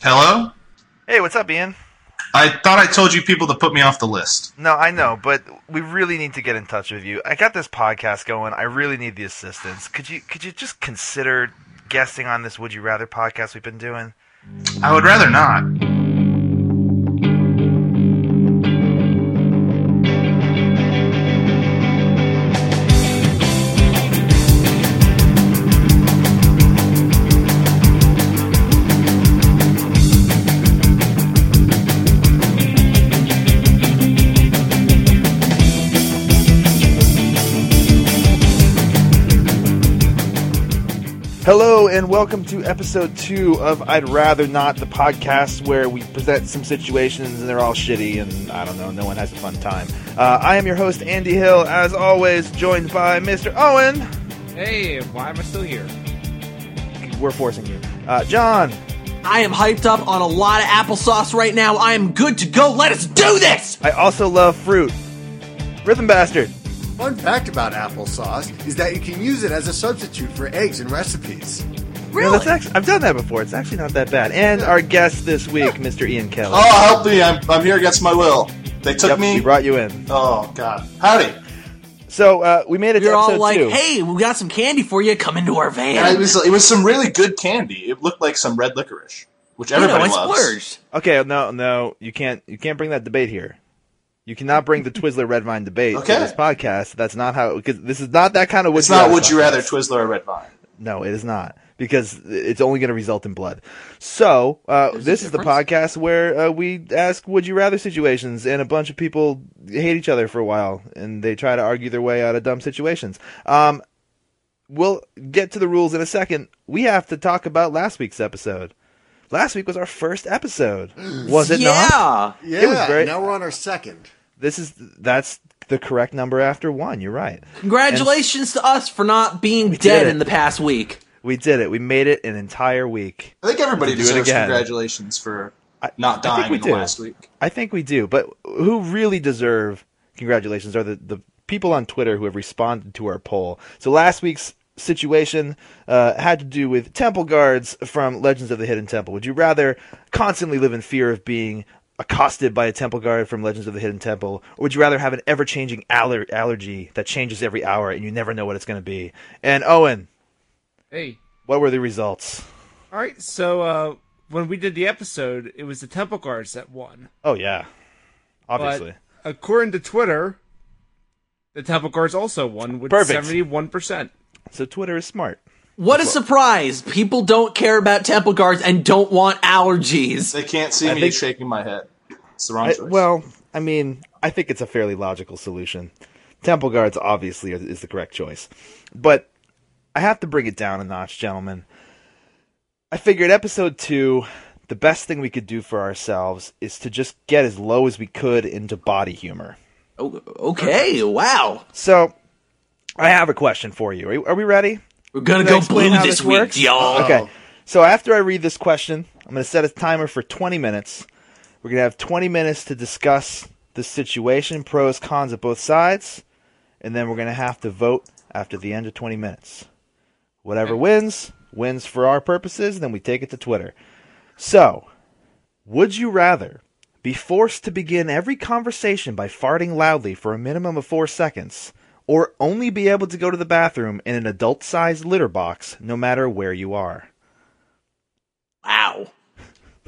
Hello? Hey, what's up, Ian? I thought I told you people to put me off the list. No, I know, but we really need to get in touch with you. I got this podcast going. I really need the assistance. Could you could you just consider guesting on this Would You Rather podcast we've been doing? I would rather not. Hello, and welcome to episode two of I'd Rather Not, the podcast where we present some situations and they're all shitty and I don't know, no one has a fun time. Uh, I am your host, Andy Hill, as always, joined by Mr. Owen. Hey, why am I still here? We're forcing you. Uh, John. I am hyped up on a lot of applesauce right now. I am good to go. Let us do this! I also love fruit. Rhythm Bastard. Fun fact about applesauce is that you can use it as a substitute for eggs in recipes. No, Really? that's actually, I've done that before. It's actually not that bad. And our guest this week, Mr. Ian Kelly. Oh, help me. I'm, I'm here against my will. They Oh, took Yep, me. We brought you in. oh, God. Howdy. So uh, we made it You're to episode all like, two. hey, we got some candy for you. Come into our And it van. was, it was some really good candy. It looked like some red licorice, which everybody you know, I loves. splurged. Okay, no, no, you can't. You can't bring that debate here. You cannot bring the Twizzler Red Vine debate Okay. to this podcast. That's not how. Because this is not that kind of. Would It's not would podcast. you rather Twizzler or Red Vine. No, it is not because it's only going to result in blood. So uh, a this is the difference. podcast where uh, we ask "Would you rather" situations, and a bunch of people hate each other for a while, and they try to argue their way out of dumb situations. Um, we'll get to the rules in a second. We have to talk about last week's episode. Last week was our first episode, was it yeah. not? Yeah, It was great. now we're on our second. This is that's the correct number after one. You're right. Congratulations to us for not being did dead it. in the past week. We did it. We made it an entire week. I think everybody Do it deserves again. congratulations for I- not I think dying we in the do. last week. I think we do, but who really deserve congratulations are the, the people on Twitter who have responded to our poll. So last week's situation uh, had to do with temple guards from Legends of the Hidden Temple. Would you rather constantly live in fear of being accosted by a temple guard from Legends of the Hidden Temple, or would you rather have an ever changing aller- allergy that changes every hour and you never know what it's going to be? And Owen, Hey. what were the results? All right, so uh, when we did the episode, it was the temple guards that won. Oh, yeah. Obviously. But according to Twitter, the temple guards also won with Perfect. seventy-one percent. so Twitter is smart. What a surprise. People don't care about temple guards and don't want allergies. They can't see me think- shaking my head. It's the wrong I- choice. well, I mean, I think it's a fairly logical solution. Temple guards obviously are, is the correct choice, but I have to bring it down a notch, gentlemen. I figured episode two, the best thing we could do for ourselves is to just get as low as we could into body humor. O- Okay, wow. So, I have a question for you. Are, are we ready? We're gonna Can I go explain blue how this this week, works? Uh, y'all. Okay. So after I read this question, I'm going to set a timer for 20 minutes. We're going to have 20 minutes to discuss the situation, pros, cons of both sides, and then we're going to have to vote after the end of 20 minutes. Whatever wins, wins for our purposes, then we take it to Twitter. So, would you rather be forced to begin every conversation by farting loudly for a minimum of four seconds, or only be able to go to the bathroom in an adult sized litter box no matter where you are? Wow.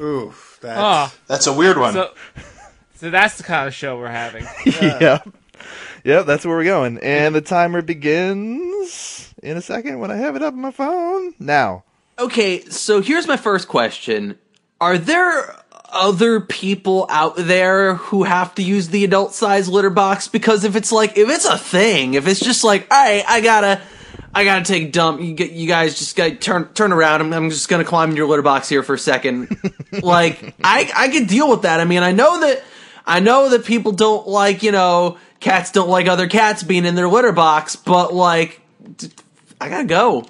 Ooh, that's Ah, That's a weird one. so so that's the kind of show we're having. yep. Yep, that's where we're going. And the timer begins in a second when I have it up on my phone. Now, Okay, so here's my first question. Are there other people out there who have to use the adult size litter box? Because if it's like, if it's a thing, if it's just like, all right, I gotta, I gotta take a dump. You, g- you guys just gotta turn, turn around. I'm, I'm just gonna climb in your litter box here for a second. like, I, I could deal with that. I mean, I know that, I know that people don't like, you know, cats don't like other cats being in their litter box, but like, d- I gotta go.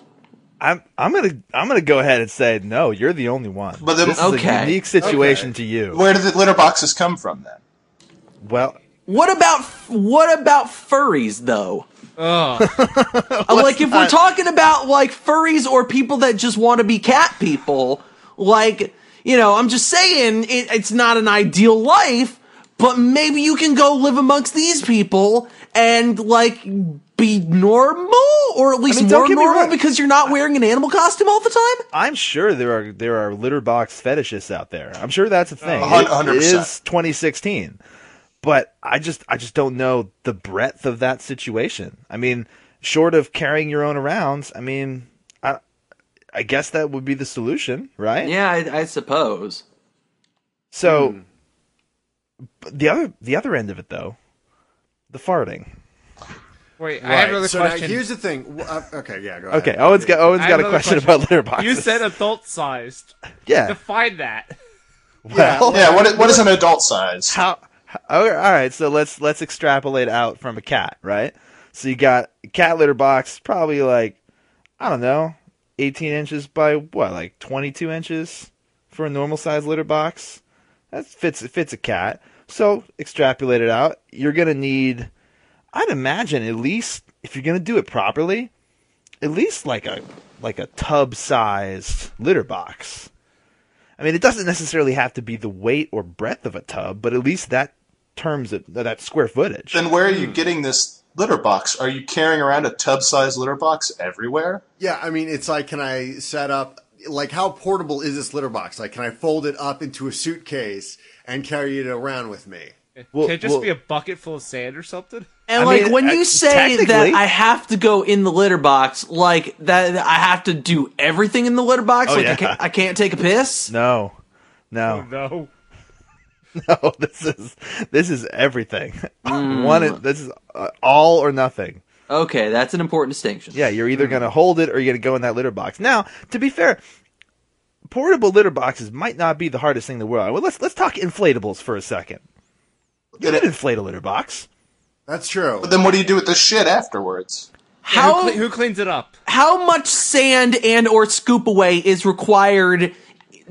I'm I'm gonna I'm gonna go ahead and say no. You're the only one. But then- this is Okay. a unique situation to you. Where did the litter boxes come from then? Well, What about what about furries though? Oh, Uh, like if we're talking about like furries or people that just want to be cat people, like You know, I'm just saying it, it's not an ideal life, but maybe you can go live amongst these people and like be normal or at least mean, don't more get me normal wrong. because you're not wearing an animal costume all the time. I'm sure there are there are litter box fetishists out there. I'm sure that's a thing. a hun- It- it 100%. is 2016, but I just I just don't know the breadth of that situation. I mean, short of carrying your own around, I mean, I I guess that would be the solution, right? Yeah, I, I suppose. So but the other the other end of it though, the farting. Wait, I Right, have another so now question. here's the thing. W- uh, okay, yeah, go Okay, oh. ahead. Owen's got Owen's I got have a another question, question. about litter boxes. you said adult sized. yeah. Define that. well, Yeah, what, what is an adult size? how, how all right so let's let's extrapolate out from a cat right so you got a cat litter box probably like i don't know 18 inches by what like 22 inches for a normal size litter box that fits it fits a cat so extrapolate it out you're gonna need i'd imagine at least if you're gonna do it properly at least like a like a tub sized litter box I mean, it doesn't necessarily have to be the weight or breadth of a tub, but at least that terms it, that square footage. Then where are Hmm. you getting this litter box? Are you carrying around a tub sized litter box everywhere? Yeah, I mean, it's like, can I set up, like, how portable is this litter box? Like, can I fold it up into a suitcase and carry it around with me? Well- Can it just well- be a bucket full of sand or something? And I like mean, when uh, you say that technically- I have to go in the litter box, like that I have to do everything in the litter box. like Oh, yeah. I, can't, I can't take a piss. no, Oh, no, no. no. This is this is everything. One, this is uh, all or nothing. Okay, that's an important distinction. Yeah, you're Mm-hmm. either going to hold it or you're going to go in that litter box. Now, to be fair, portable litter boxes might not be the hardest thing in the world. Well, let's let's talk inflatables for a second. You Get can it. inflate a litter box. That's true. But then what do you do with the shit afterwards? How Who, cle- who cleans it up? how much sand and or scoop away is required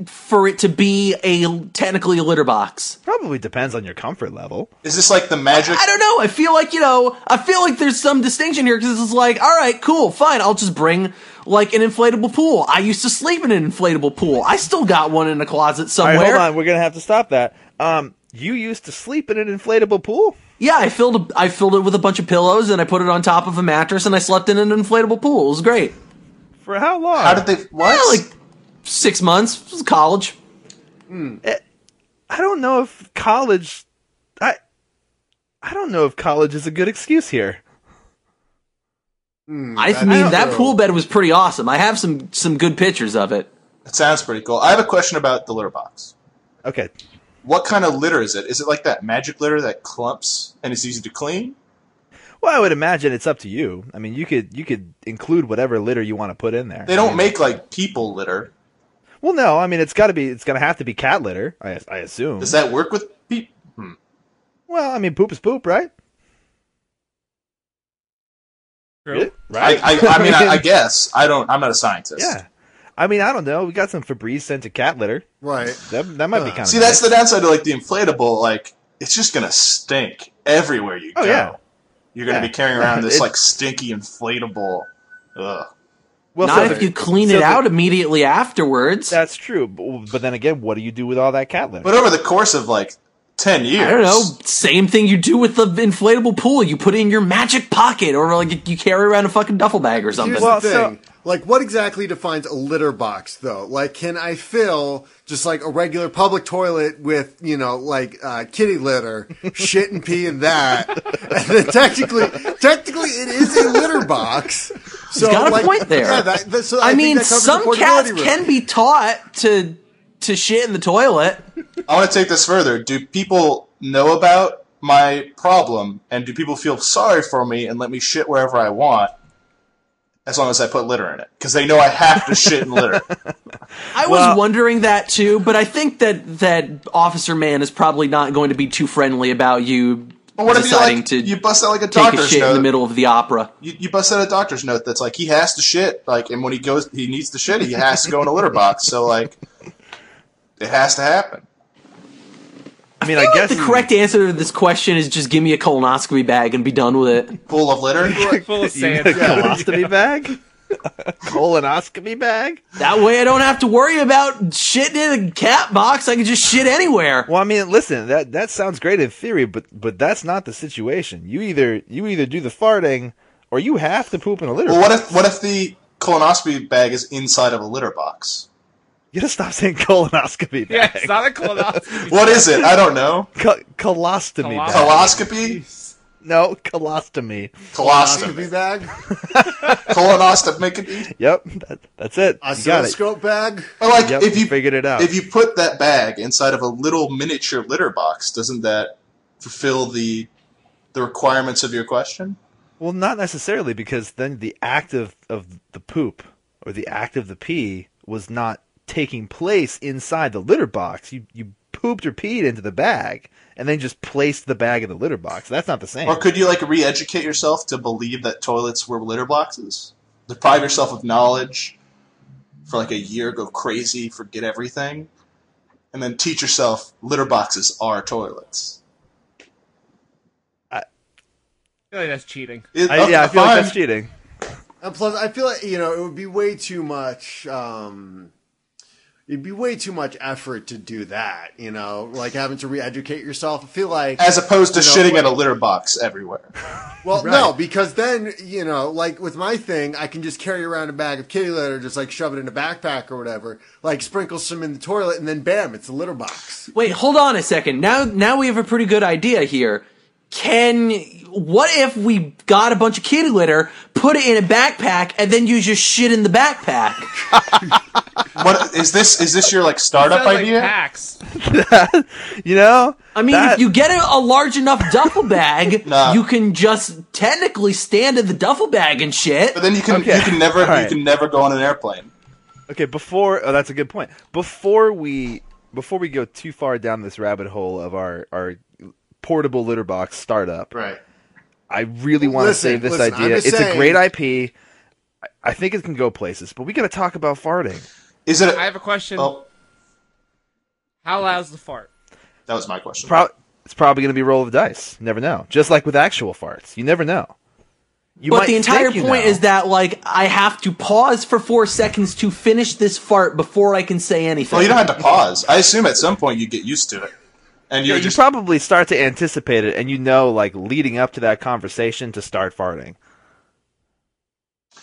for it to be a technically a litter box? Probably depends on your comfort level. Is this like the magic? I don't know. I feel like you know. I feel like there's some distinction here because it's like, all right, cool, fine. I'll just bring like an inflatable pool. I used to sleep in an inflatable pool. I still got one in a closet All somewhere. right, hold on. We're going to have to stop that. Um, you used to sleep in an inflatable pool. Yeah, I filled a, I filled it with a bunch of pillows and I put it on top of a mattress and I slept in an inflatable pool. It was great. For how long? How did they? What? Yeah, like six months. It was college. I don't know if college. I I don't know if college is a good excuse here. I th- mean, that pool bed was pretty awesome. I have some some good pictures of it. it sounds pretty cool. I have a question about the litter box. Okay, What kind of litter is it? Is it like that magic litter that clumps and is easy to clean? well, I would imagine it's up to you. I mean, you could you could include whatever litter you want to put in there. They don't make like people litter. Well, no, I mean it's got to be it's gonna have to be cat litter. I I assume. Does that work with people? well, I mean poop is poop, right? True. I, I, I mean, I, I guess I don't. I'm not a scientist. yeah. I mean, I don't know. We got some Febreze scented cat litter. right. That that might be kind of Uh, See, that's the downside to like the inflatable. Like, it's just gonna stink everywhere you Oh, go. yeah. You're gonna Yeah. be carrying around this It- like stinky inflatable. Ugh. well, Not so if the- you clean so it the- out immediately afterwards. That's true, but, but then again, what do you do with all that cat litter? But over the course of like ten years, I don't know. Same thing you do with the inflatable pool. You put it in your magic pocket, or like you carry around a fucking duffel bag or something. Here's Well, the so- thing. like, what exactly defines a litter box, though? Like, can I fill just like a regular public toilet with, you know, like uh, kitty litter, shit and pee and that? And then technically, technically, it is a litter box. So, got a like, point there. Yeah, that, that- so I, I, think mean, that covers some the cats portability rule. can be taught to to shit in the toilet. I want to take this further. Do people know about my problem, and do people feel sorry for me and let me shit wherever I want, as long as I put litter in it? Because they know I have to shit and litter. I Well- was wondering that too, but I think that that Officer Man is probably not going to be too friendly about you But what if you deciding like to you bust out like a take a doctor's shit note? in the middle of the opera. You, you bust out a doctor's note that's like he has to shit, like, and when he goes, he needs to shit. He has to go in a litter box. So like, it has to happen. I mean, I, guess Hmm. The correct answer to this question is just give me a colonoscopy bag and be done with it. Full of litter. Full of you need sand. a colostomy bag. colonoscopy bag. That way I don't have to worry about shitting in a cat box. I can just shit anywhere. Well, I mean, listen, that that sounds great in theory, but but that's not the situation. You either you either do the farting or you have to poop in a litter. Well, what if what if the colonoscopy bag is inside of a litter box? You gotta stop saying colonoscopy Yeah, bag. it's not a colonoscopy. What is it? I don't know. Co- colostomy Colos- bag. Coloscopy, No, colostomy. Colonoscopy colostomy, bag, colonoscopy. Yep, that, that's it. You got it. oscilloscope bag. But like, Yep, if you you figured it out. if you put that bag inside of a little miniature litter box, doesn't that fulfill the the requirements of your question? Well, not necessarily, because then the act of, of the poop or the act of the pee was not taking place inside the litter box. You you pooped or peed into the bag and then just placed the bag in the litter box. That's not the same. Or could you like re-educate yourself to believe that toilets were litter boxes? Deprive yourself of knowledge for like a year, go crazy, forget everything, and then teach yourself litter boxes are toilets. I feel like that's cheating. It- I, yeah, I feel like fine. that's cheating. And plus, I feel like you know it would be way too much. Um, it'd be way too much effort to do that. You know, like having to re-educate yourself. I feel like As opposed to You know, shitting like- at a litter box everywhere. Well, no, because then you know, like with my thing, I can just carry around a bag of kitty litter, just like shove it in a backpack or whatever, like sprinkle some in the toilet, and then bam, it's a litter box. Wait, hold on a second. Now, now we have a pretty good idea here. Can what if we got a bunch of kitty litter, put it in a backpack, and then you just shit in the backpack? What is this? Is this your like startup Sounds like idea? packs. You know? I mean, if you get a, a large enough duffel bag, Nah. you can just technically stand in the duffel bag and shit. But then you can Okay. you can never Alright. you can never go on an airplane. Okay, before oh, that's a good point. Before we before we go too far down this rabbit hole of our our portable litter box startup, Right. I really want to Listen, save this listen, I'm idea. just It's a saying- great IP. I- I think it can go places, but we got to talk about farting. Is it? A, I have a question. oh, How loud's the fart? that was my question. Pro- it's probably going to be a roll of the dice. You Never know. Just like with actual farts, you never know. You But might the entire think you point know. is that, like, I have to pause for four seconds to finish this fart before I can say anything. well, you don't have to pause. I assume at some point you get used to it, and you're you just probably start to anticipate it, and you know, like leading up to that conversation, to start farting.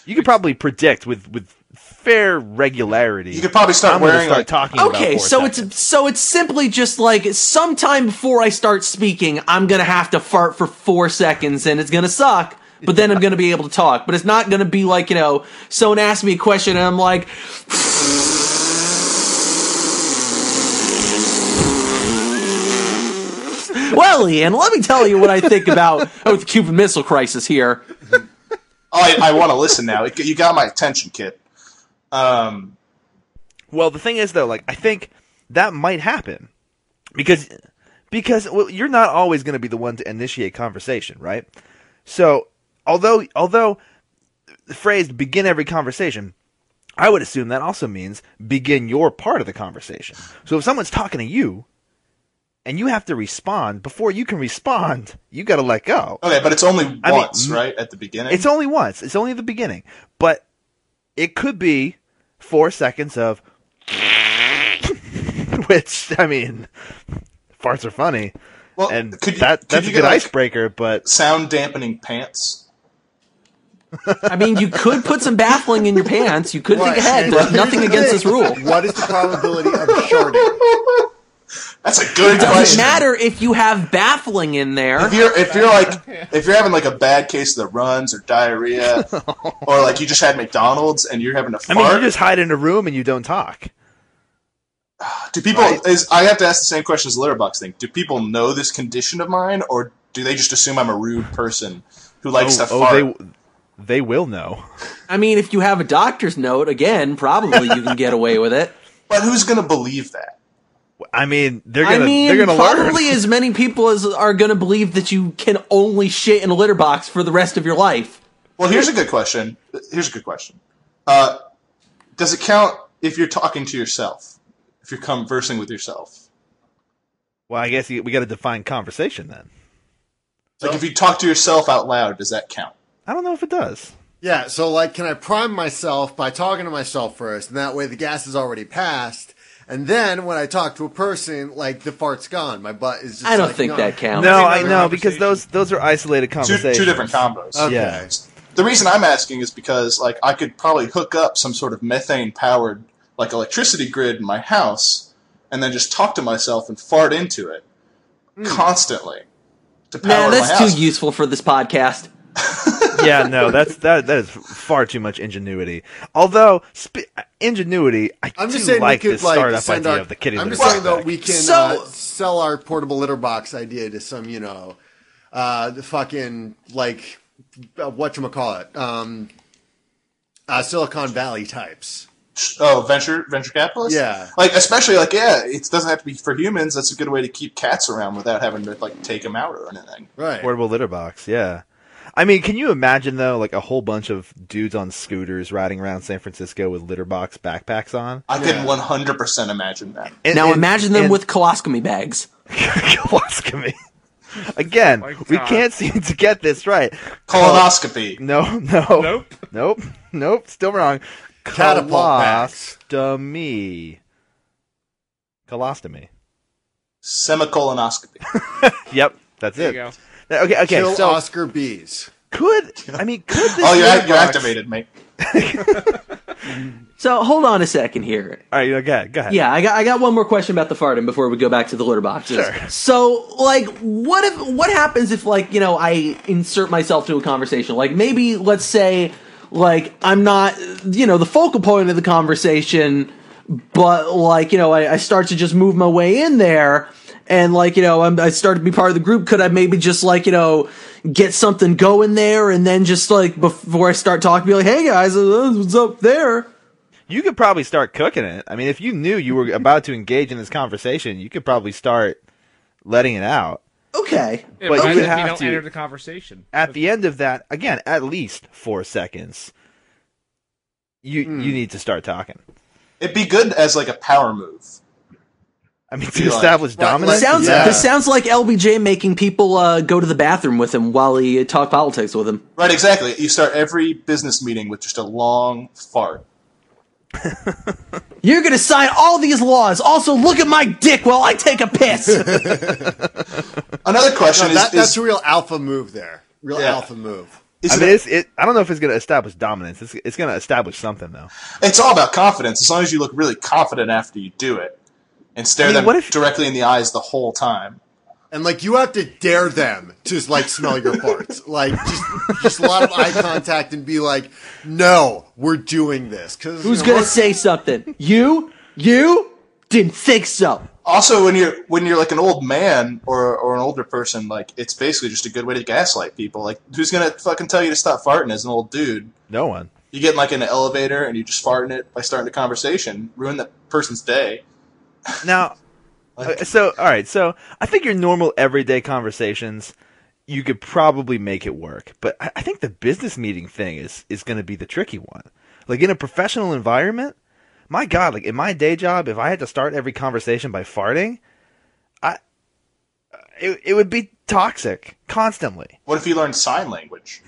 You could probably predict with with fair regularity. you could probably start I'm going to wearing start like talking. about Okay, four so seconds. it's so it's simply just like sometime before I start speaking, I'm gonna have to fart for four seconds, and it's gonna suck. But then I'm gonna be able to talk. But it's not gonna be like you know, someone asks me a question, and I'm like, "Well, Ian, let me tell you what I think about oh, the Cuban Missile Crisis here." Oh, I, I want to listen now. It- You got my attention, kid. Um, Well, the thing is though, like I think that might happen because because well, you're not always going to be the one to initiate conversation, right? So, although although the phrase begin every conversation, I would assume that also means begin your part of the conversation. So if someone's talking to you and you have to respond, before you can respond, you got to let go. okay, but it's only I mean, once, m- right? At the beginning. It's only once. It's only the beginning. But it could be four seconds of which I mean farts are funny. well, And could you, that could that's you a good get, like, icebreaker, but sound dampening pants. I mean, you could put some baffling in your pants. You could Right. think ahead. There's Here's nothing the against thing. this rule. What is the probability of sharding? That's a good doesn't question. matter if you have baffling in there. If you're if you're like if you're having like a bad case of the runs or diarrhea, or like you just had McDonald's and you're having a I fart, mean you just hide in a room and you don't talk. do people? Is I have to ask the same question as the litter box thing. Do people know this condition of mine, or do they just assume I'm a rude person who likes to fart? Oh, they they will know. I mean, if you have a doctor's note, again, probably you can get away with it. but who's gonna believe that? I mean, they're I gonna mean, they're gonna learn. probably as many people as are going to believe that you can only shit in a litter box for the rest of your life. Well, here's a good question. Here's a good question. Uh, does it count if you're talking to yourself? If you're conversing with yourself, Well, I guess you, we got to define conversation then. like if you talk to yourself out loud, does that count? I don't know if it does. Yeah, so like, can I prime myself by talking to myself first, and that way the gas is already passed, and then when I talk to a person, like the fart's gone. My butt is. just I don't like, think no. that counts. No, I another know because conversation. those those are isolated Two, conversations. two different combos. Okay. Yeah. The reason I'm asking is because like I could probably hook up some sort of methane powered like electricity grid in my house and then just talk to myself and fart into it constantly to Nah, power my that's house. too useful for this podcast. yeah, no, that's that that is far too much ingenuity. Although sp- ingenuity, I I'm just do saying like we could this like startup send idea our, of the kitty I'm litter just saying backpack. that we can So- uh, sell our portable litter box idea to some, you know, uh, the fucking like uh, what you call it, um, uh, Silicon Valley types. oh venture venture capitalists. Yeah. like especially like yeah, it doesn't have to be for humans. That's a good way to keep cats around without having to like take them out or anything. Right. portable litter box. Yeah, I mean, can you imagine though, like a whole bunch of dudes on scooters riding around San Francisco with litter box backpacks on? I can 100% imagine that. And- Now and- imagine them and- with colostomy bags. colostomy. Again, Oh my we God. can't seem to get this right. Colonoscopy. No, no, Nope. nope, nope. Still wrong. Catapult backs. Colostomy. Colostomy. Semicolonoscopy. Yep, that's There it. you go. Okay, okay. Kill so Oscar Bees. could I mean could this? Oh, you, litter you box- activated me. So hold on a second here. All right, okay, go ahead. Yeah, I got I got one more question about the farting before we go back to the litter boxes. Sure. So, like, what if what happens if like you know I insert myself to a conversation? Like, maybe let's say like I'm not you know the focal point of the conversation, but like you know I, I start to just move my way in there. And like you know, I'm, I start to be part of the group. Could I maybe just like you know get something going there, and then just like before I start talking, be like, "Hey guys, uh, what's up there?" You could probably start cooking it. I mean, if you knew you were about to engage in this conversation, you could probably start letting it out. Okay. Yeah, But but you if have you don't to- enter the conversation. At the end of that, again, at least four seconds, you Hmm. you need to start talking. It'd be good as like a power move. I mean, to Be like- establish Well, dominance. like- Sounds Yeah. this sounds like LBJ making people uh, go to the bathroom with him while he uh, talk politics with him. Right, exactly. You start every business meeting with just a long fart. You're gonna sign all these laws. Also, look at my dick while I take a piss. Another question No, that, is, that's is, a real alpha move there. Real Yeah. alpha move. is I it- mean, it's, it. I don't know if it's going to establish dominance. It's, it's going to establish something though. it's all about confidence. As long as you look really confident after you do it and stare I mean, them what if- directly in the eyes the whole time. And like you have to dare them to like smell your farts. Like just just a lot of eye contact and be like, "No, we're doing this." Cuz Who's gonna say something? You? You? Didn't think so. Also, when you're when you're like an old man or or an older person, like it's basically just a good way to gaslight people. Like, who's gonna fucking tell you to stop farting as an old dude? No one. You get in like an elevator and you just fart in it by starting a conversation, ruin that person's day. Now, uh, so all right, so I think your normal everyday conversations, you could probably make it work, but I, I think the business meeting thing is is going to be the tricky one. Like in a professional environment, my God, like in my day job, if I had to start every conversation by farting, I uh, it it would be toxic constantly. What if you learn sign language?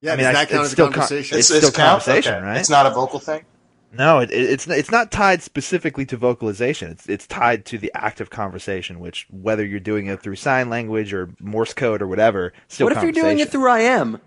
Yeah, I mean, does I- that count it's as a still con- conversation? It's still conversation, right? It's not a vocal thing. No, it, it, it's it's not tied specifically to vocalization. It's it's tied to the act of conversation, which whether you're doing it through sign language or Morse code or whatever, still What if you're doing conversation. it through I am?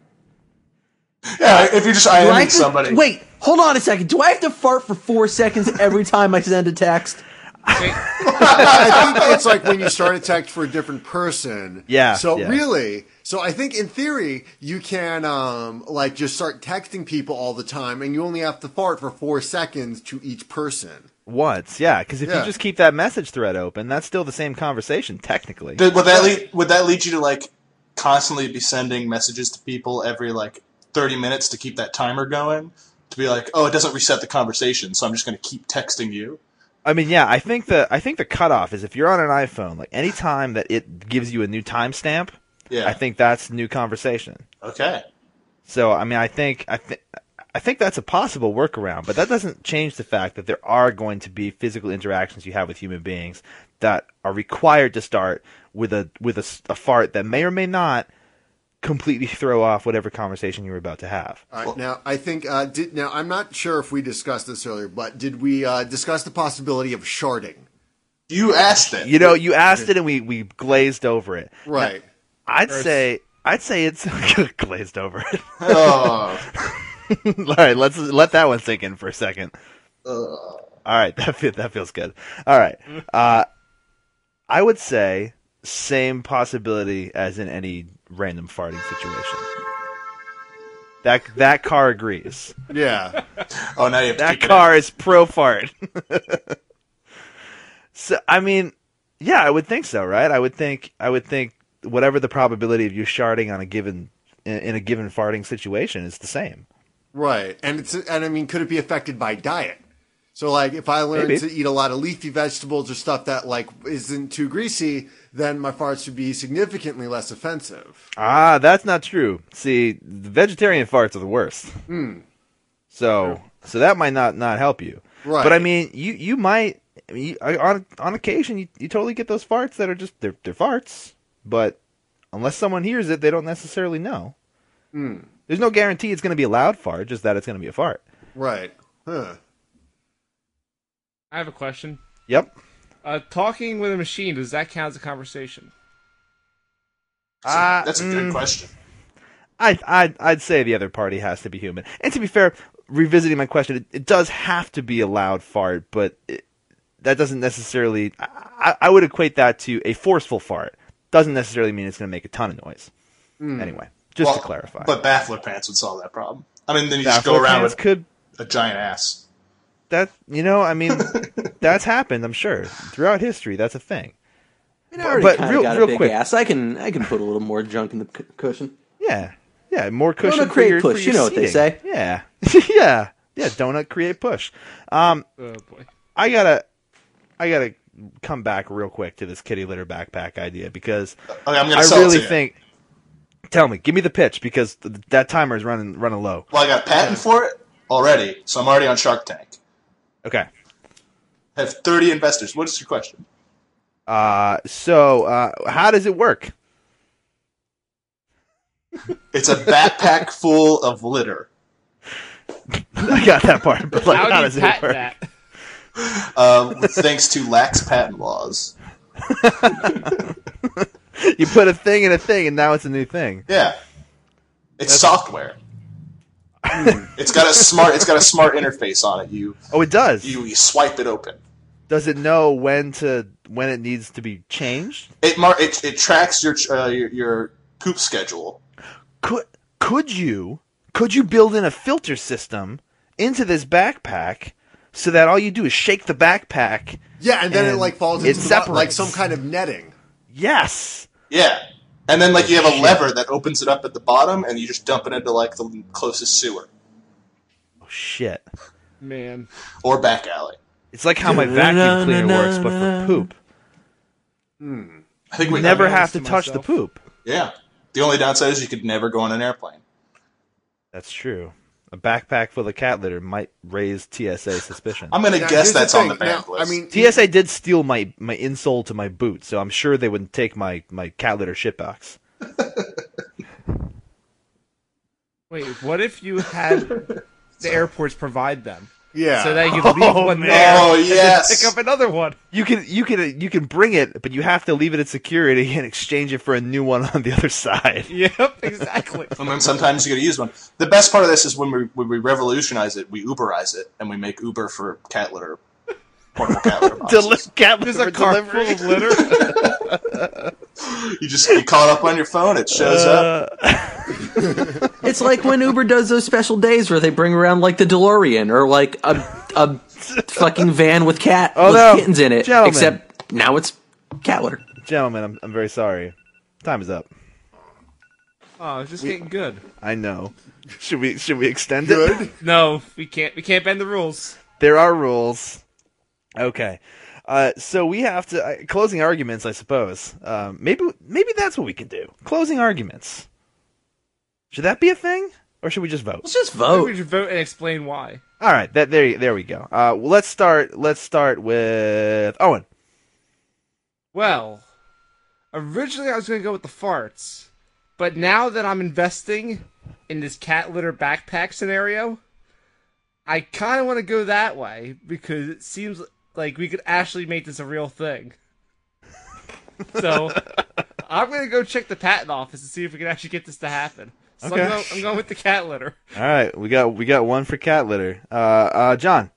Yeah, if you just Do I I have am to- somebody. Wait, hold on a second. Do I have to fart for four seconds every time I send a text? I think it's like when you start a text for a different person. Yeah, So yeah. really, so I think in theory you can um like just start texting people all the time, and you only have to fart for four seconds to each person. once? Yeah, because if Yeah. you just keep that message thread open, that's still the same conversation technically. Th- would that lead? Would that lead you to like constantly be sending messages to people every like thirty minutes to keep that timer going? To be like, oh, it doesn't reset the conversation, so I'm just going to keep texting you. I mean, yeah, I think the I think the cutoff is if you're on an iPhone, like any time that it gives you a new timestamp, Yeah. I think that's new conversation. Okay. So I mean, I think I think. I think that's a possible workaround, but that doesn't change the fact that there are going to be physical interactions you have with human beings that are required to start with a with a, s- a fart that may or may not completely throw off whatever conversation you were about to have. All right, now I think uh, did now I'm not sure if we discussed this earlier, but did we uh, discuss the possibility of sharding? You asked it. You know, you asked it and we, we glazed over it. Right. I'd say I'd say it's glazed over it. Oh, All right, let's let that one sink in for a second. All right, that fe- that feels good. All right, uh, I would say same possibility as in any random farting situation. That that car agrees. Yeah. oh, now you have to That keep it car is pro fart. so I mean, yeah, I would think so, right? I would think I would think whatever the probability of you sharding on a given in, in a given farting situation is the same. Right. And it's and I mean, could it be affected by diet? So like if I learn Maybe. to eat a lot of leafy vegetables or stuff that like isn't too greasy, then my farts would be significantly less offensive. Ah, that's not true. See, the vegetarian farts are the worst. So, so that might not not help you. Right. But I mean, you you might I mean, you, I- on on occasion you, you totally get those farts that are just they're they're farts, but unless someone hears it, they don't necessarily know. Hmm. There's no guarantee it's going to be a loud fart, just that it's going to be a fart. Right. Huh. I have a question. Yep. Uh, talking with a machine does that count as a conversation? Ah, That's a good question. I, I'd, I'd say the other party has to be human. And to be fair, revisiting my question, it, it does have to be a loud fart, but it, that doesn't necessarily. I, I- I would equate that to a forceful fart. Doesn't necessarily mean it's going to make a ton of noise. Anyway, just Hmm. Well, to clarify, But baffler pants would solve that problem. I mean, then you Baffler just go around fans with could a giant ass. that you know I mean that's happened I'm sure throughout history that's a thing. I already but kinda real- got real a big quick. ass. I can I can put a little more junk in the c- cushion. Yeah, yeah, more cushion. Donut for create your- for push, your you know what they seating. say. Yeah, yeah, yeah. Donut create push. Um, Oh boy. I gotta, I gotta come back real quick to this kitty litter backpack idea because Okay, I'm gonna I sell really it to you. think. Tell me, give me the pitch because th- that timer is running running low. Well, I got a patent for it already, so I'm already on Shark Tank. Okay. I have 30 investors. What is your question? Uh, so uh, how does it work? It's a backpack full of litter. I got that part, but like, How, how, do does you it patent work? that? Uh, thanks to lax patent laws. You put a thing in a thing, and now it's a new thing. Yeah, it's software. it's got a smart. It's got a smart interface on it. You Oh, it does. you, you swipe it open. Does it know when to when it needs to be changed? It mar- it, it tracks your, uh, your your poop schedule. could could you could you build in a filter system into this backpack so that all you do is shake the backpack? Yeah, and then it And like falls it into the, bu- like separates. some kind of netting. Yes. Yeah, and then like you have a lever that opens it up at the bottom, and you just dump it into like the closest sewer Oh shit! Man, or back alley. It's like how my vacuum cleaner works, but for poop. I think we You never doing have to this to touch the myself. poop. Yeah, the only downside is you could never go on an airplane. That's true. A backpack full of cat litter might raise TSA suspicion. I'm gonna Now, guess here's that's thing. on the banned Now, list. I mean, TSA did steal my, my insole to my boot, so I'm sure they wouldn't take my, my cat litter shitbox. wait. What if you had the airports provide them yeah. so that you could leave one there oh and pick yes, up another one? You can you can you can bring it, but you have to leave it at security and exchange it for a new one on the other side. Yep, exactly. and then sometimes you gotta use one. The best part of this is when we when we revolutionize it, we Uberize it, and we make Uber for cat litter, portable cat litter. boxes. Deli- cat There's litter a car delivery. full of litter. you just you call it up on your phone, it shows up. It's like when Uber does those special days where they bring around like the DeLorean or like a a fucking van with cat with Oh, no. kittens in it. Gentlemen. Except now it's cat litter. Gentlemen, I'm, I'm very sorry. Time is up. Oh, it's just getting good. I know. Should we should we extend it? good. No, we can't. We can't bend the rules. There are rules. Okay. Uh, so we have to uh, closing arguments, I suppose. Um, maybe maybe that's what we can do. Closing arguments. Should that be a thing, or should we just vote? Let's just We Oh. vote. should vote and explain why. All right. That there there we go. Uh, well, let's start. Let's start with Owen. Well, originally I was going to go with the farts, But now that I'm investing in this cat litter backpack scenario, I kind of want to go that way because it seems like we could actually make this a real thing. so I'm going to go check the patent office and see if we can actually get this to happen. So Okay. I'm, going, I'm going with the cat litter. All right, we got we got one for cat litter. Uh, uh, John.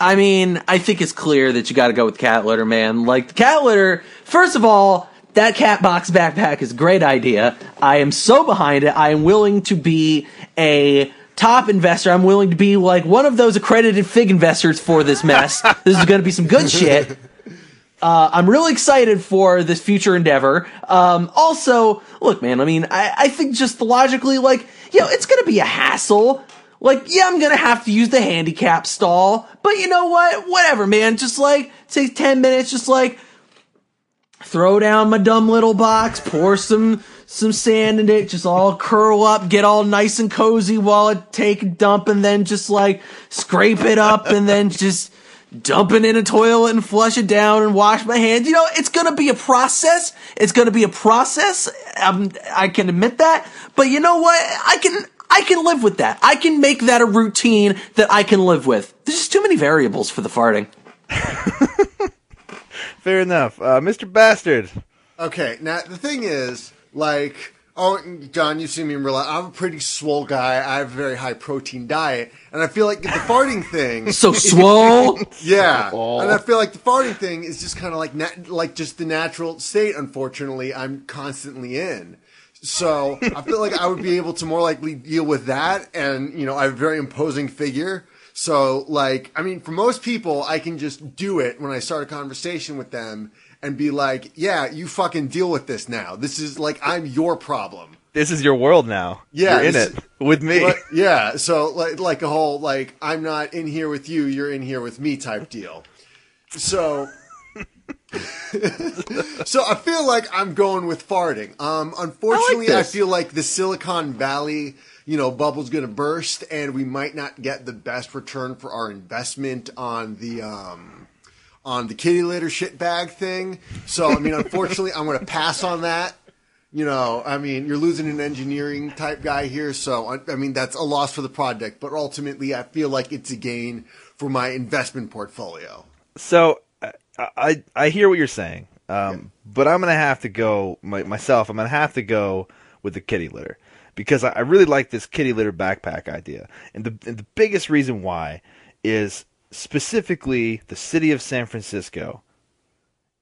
I mean, I think it's clear that you got to go with cat litter, man. Like the cat litter. First of all, that cat box backpack is a great idea. I am so behind it. I am willing to be a top investor. I'm willing to be like one of those accredited fig investors for this mess. this is going to be some good shit. I'm really excited for this future endeavor. Um, also, look, man, I mean, I, I think just logically, like, you know, it's going to be a hassle. Like, yeah, I'm going to have to use the handicap stall, but you know what? Whatever, man. Just like, take 10 minutes, just like, throw down my dumb little box, pour some some sand in it, just all curl up, get all nice and cozy while I take a dump, and then just like scrape it up, and then just dump it in a toilet and flush it down and wash my hands. You know, it's gonna be a process. It's gonna be a process. Um, I can admit that, but you know what? I can. I can live with that. I can make that a routine that I can live with. There's just too many variables for the farting. Fair enough, uh, Mr. Bastard. Okay, now the thing is, like, oh, John, you've seen me in real life. I'm a pretty swole guy. I have a very high protein diet, and I feel like the farting thing. So swole. Yeah, and I feel like the farting thing is just kind of like nat- like just the natural state. Unfortunately, I'm constantly in. So I feel like I would be able to more likely deal with that, and you know, I have a very imposing figure. So like, I mean, for most people, I can just do it when I start a conversation with them and be like, "Yeah, you fucking deal with this now. This is like I'm your problem." This is your world now. Yeah, you're in this- it with me. But, yeah, so like like a whole like I'm not in here with you, you're in here with me type deal. So So I feel like I'm going with farting. Um unfortunately I, this. feel like the Silicon Valley, you know, bubble's going to burst and we might not get the best return for our investment on the um on the kitty litter shit bag thing. So I mean, unfortunately, I'm going to pass on that. You know, I mean, you're losing an engineering type guy here, so I, I mean that's a loss for the project. But ultimately, I feel like it's a gain for my investment portfolio. So I, I I hear what you're saying, um, but I'm gonna have to go my, myself. I'm gonna have to go with the kitty litter because I, I really like this kitty litter backpack idea, and the and the biggest reason why is specifically the city of San Francisco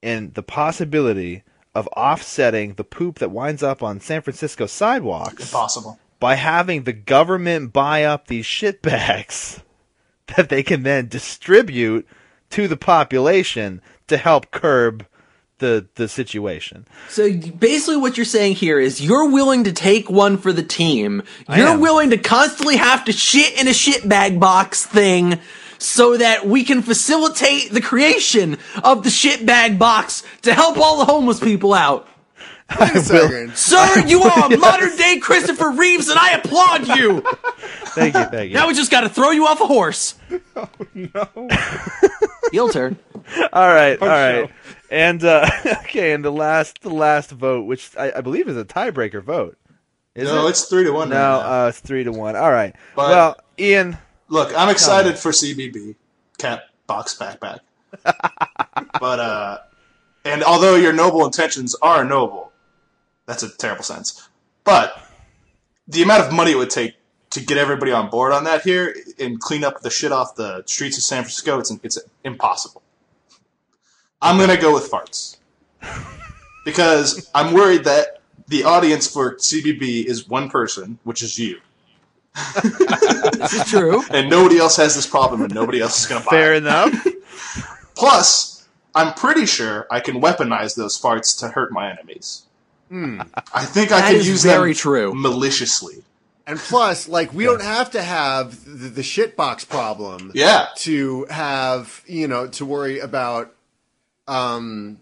and the possibility of offsetting the poop that winds up on San Francisco sidewalks Possible. by having the government buy up these shit bags that they can then distribute to the population to help curb the the situation. So basically, what you're saying here is you're willing to take one for the team. You're am. willing to constantly have to shit in a shit bag box thing so that we can facilitate the creation of the shit bag box to help all the homeless people out. Wait a second. Sir, you are a modern day Christopher Reeves, and I applaud you. Thank you, thank you. Now we just got to throw you off a horse. Oh no! Heel turn. all right, all Oh, right. And uh, okay, and the last the last vote, which I, I believe is a tiebreaker vote. Is no, it? it's three to one. no, right now. uh, it's three to one. All right. But- well, Ian, Look, I'm excited for CBB cat box backpack, but uh, and although your noble intentions are noble, that's a terrible sentence. But the amount of money it would take to get everybody on board on that here and clean up the shit off the streets of San Francisco, it's it's impossible. I'm gonna go with farts because I'm worried that the audience for CBB is one person, which is you This is true. and nobody else has this problem, and nobody else is going to buy fair it. enough. Plus, I'm pretty sure I can weaponize those farts to hurt my enemies. I think I That can is use very them true. maliciously. And plus, like, we don't have to have the, the shitbox problem Yeah, to have, you know, to worry about. Um,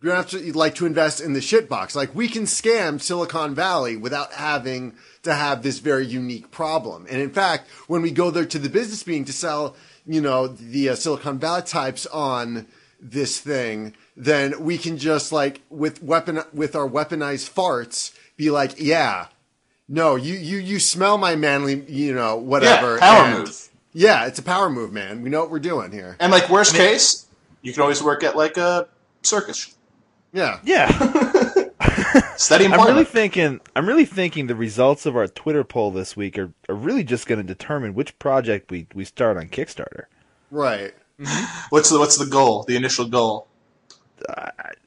you don't have to like to invest in the shitbox. Like, we can scam Silicon Valley without having to have this very unique problem. And in fact, when we go there to the business meeting to sell, you know, the uh, Silicon Valley types on this thing, then we can just like with weapon with our weaponized farts be like, yeah, no, you you you smell my manly, you Yeah, know, whatever. power and- move. Yeah, it's a power move, man. We know what we're doing here. And like worst case, you can always work at like a circus. Yeah, Yeah, Steady I'm really employment. thinking. I'm really thinking the results of our Twitter poll this week are, are really just going to determine which project we we start on Kickstarter. right. what's the what's the goal? The initial goal?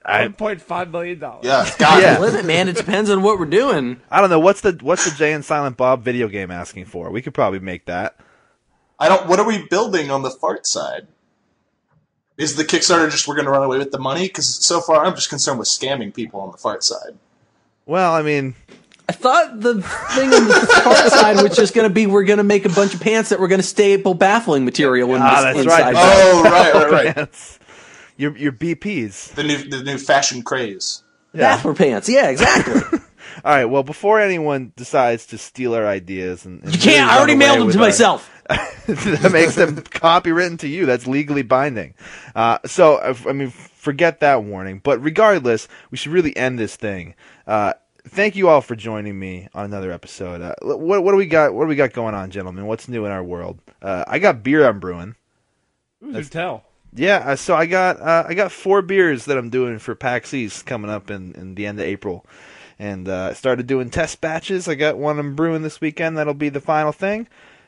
I One point five million dollars. Yeah, got Yeah. it. Limit, man. It depends on what we're doing. I don't know what's the what's the Jay and Silent Bob video game asking for. We could probably make that. I don't. What are we building on the fart side? Is the Kickstarter just we're going to run away with the money? Because so far I'm just concerned with scamming people on the fart side. Well, I mean, I thought the thing on the far side was just going to be we're going to make a bunch of pants that we're going to staple baffling material in Ah, this that's inside. right. out. Oh right, right, right. that's your your BPs. The new the new fashion craze. Yeah. Baffler pants. Yeah, exactly. All right. Well, befefore anyone decides to steal our ideas, and, and You really can't. I run already away mailed them with to our- myself. that makes them copywritten to you. That's legally binding. Uh, so, I I mean, forget that warning. But regardless, we should really end this thing. Uh, thank you all for joining me on another episode. Uh, what, what do we got? What do we got going on, gentlemen? What's new in our world? Uh, I got beer I'm brewing. Who's who tell? Yeah, uh, so I got uh, I got four beers that I'm doing for PAX East coming up in, in the end of April, and uh, I started doing test batches. I got one I'm brewing this weekend. That'll be the final thing,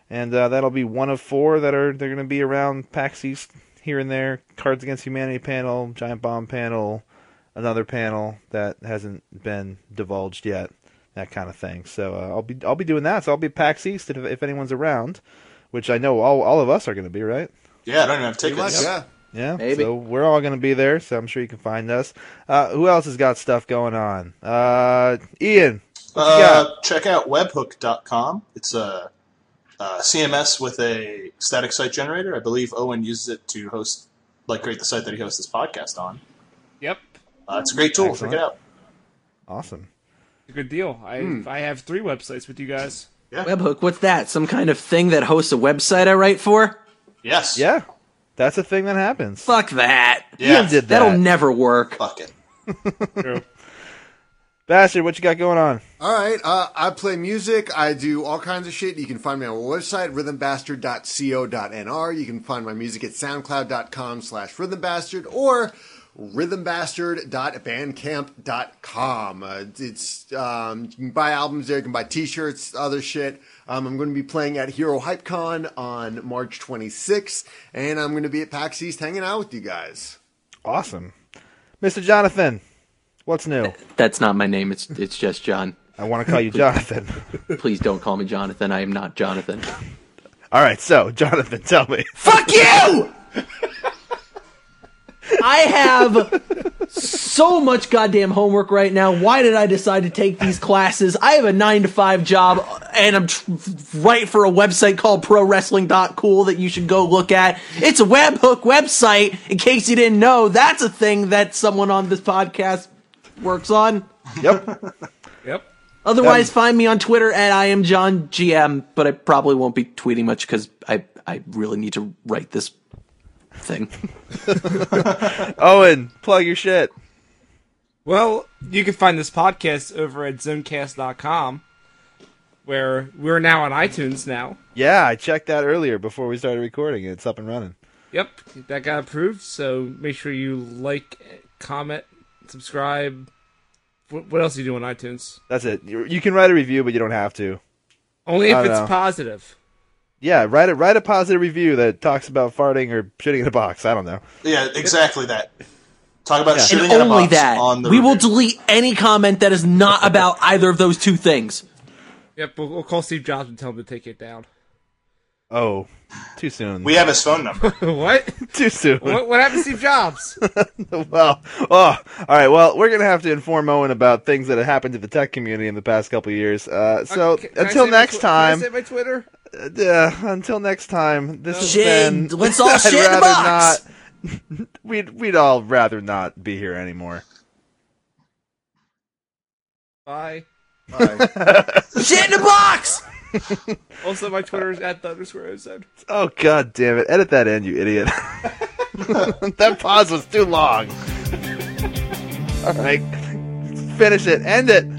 and uh, that'll be one of four that are they're going to be around PAX East here and there. Cards Against Humanity panel, Giant Bomb panel, another panel that hasn't been divulged yet, that kind of thing. So uh, I'll be I'll be doing that. So I'll be at PAX East if, if anyone's around, which I know all all of us are going to be, right? Yeah, I don't even have Pretty much, tickets. yeah. Yeah, Maybe. so we're all going to be there, so I'm sure you can find us. Uh, who else has got stuff going on? Uh, Ian, Uh, check out webhook.com. It's a, uh CMS with a static site generator. I believe Owen uses it to host, like, create the site that he hosts his podcast on. Yep. Uh, it's a great tool. Excellent. Check it out. awesome. Good deal. I I have three websites with you guys. Webhook. What's that? Some kind of thing that hosts a website I write for? Yes. Yeah, that's a thing that happens. Fuck that. Yeah. Ian did that. That'll never work. Fuck it. Bastard, what you got going on? All right. Uh, I play music. I do all kinds of shit. You can find me on my website, rhythmbastard.co.nr. You can find my music at soundcloud.com slash rhythmbastard or rhythmbastard.bandcamp.com. Uh, it's, um, you can buy albums there. You can buy t-shirts, other shit. Um, I'm going to be playing at Hero HypeCon on March 26th and I'm going to be at PAX East hanging out with you guys. Awesome, Mr. Jonathan. What's new? That's not my name. It's it's just John. I want to call you Jonathan. Please don't call me Jonathan. I am not Jonathan. all right, so Jonathan, tell me. Fuck you! I have so much goddamn homework right now. Why did I decide to take these classes? I have a nine to five job and I'm tr- right for a website called prowrestling.cool that you should go look at. It's a webhook website, in case you didn't know. That's a thing that someone on this podcast works on. Yep. Yep. Otherwise, Um, find me on Twitter at I am John GM, but I probably won't be tweeting much because I I really need to write this thing. Owen, plug your shit. Well, you can find this podcast over at zonecast.com where we're now on iTunes now. Yeah, I checked that earlier before we started recording. It's up and running. Yep, that got approved, so make sure you like, comment, subscribe. What, what else do you do on iTunes? That's it. You you can write a review, but you don't have to. Only if I it's don't know. positive. Yeah, write a write a positive review that talks about farting or shitting in a box. I don't know. Yeah, exactly that. Talk about and shooting in a only box that. on the we will review. delete any comment that is not about either of those two things. Yep, we'll, we'll call Steve Jobs and tell him to take it down. Oh, too soon. we have his phone number. what? too soon. what? What happened to Steve Jobs? Well, oh, all right. Well, we're gonna have to inform Owen about things that have happened to the tech community in the past couple of years. Uh, so Can- can I until say my next tw- time, Can I say my Twitter? uh, until next time, this has Jane, been. let's all I'd shit in the rather box. not- We'd we'd all rather not be here anymore. Bye. Bye. Shit in a box. Also, my Twitter is at the underscore ozone. Oh god damn it! Edit that in, you idiot. that pause was too long. All right, finish it. End it.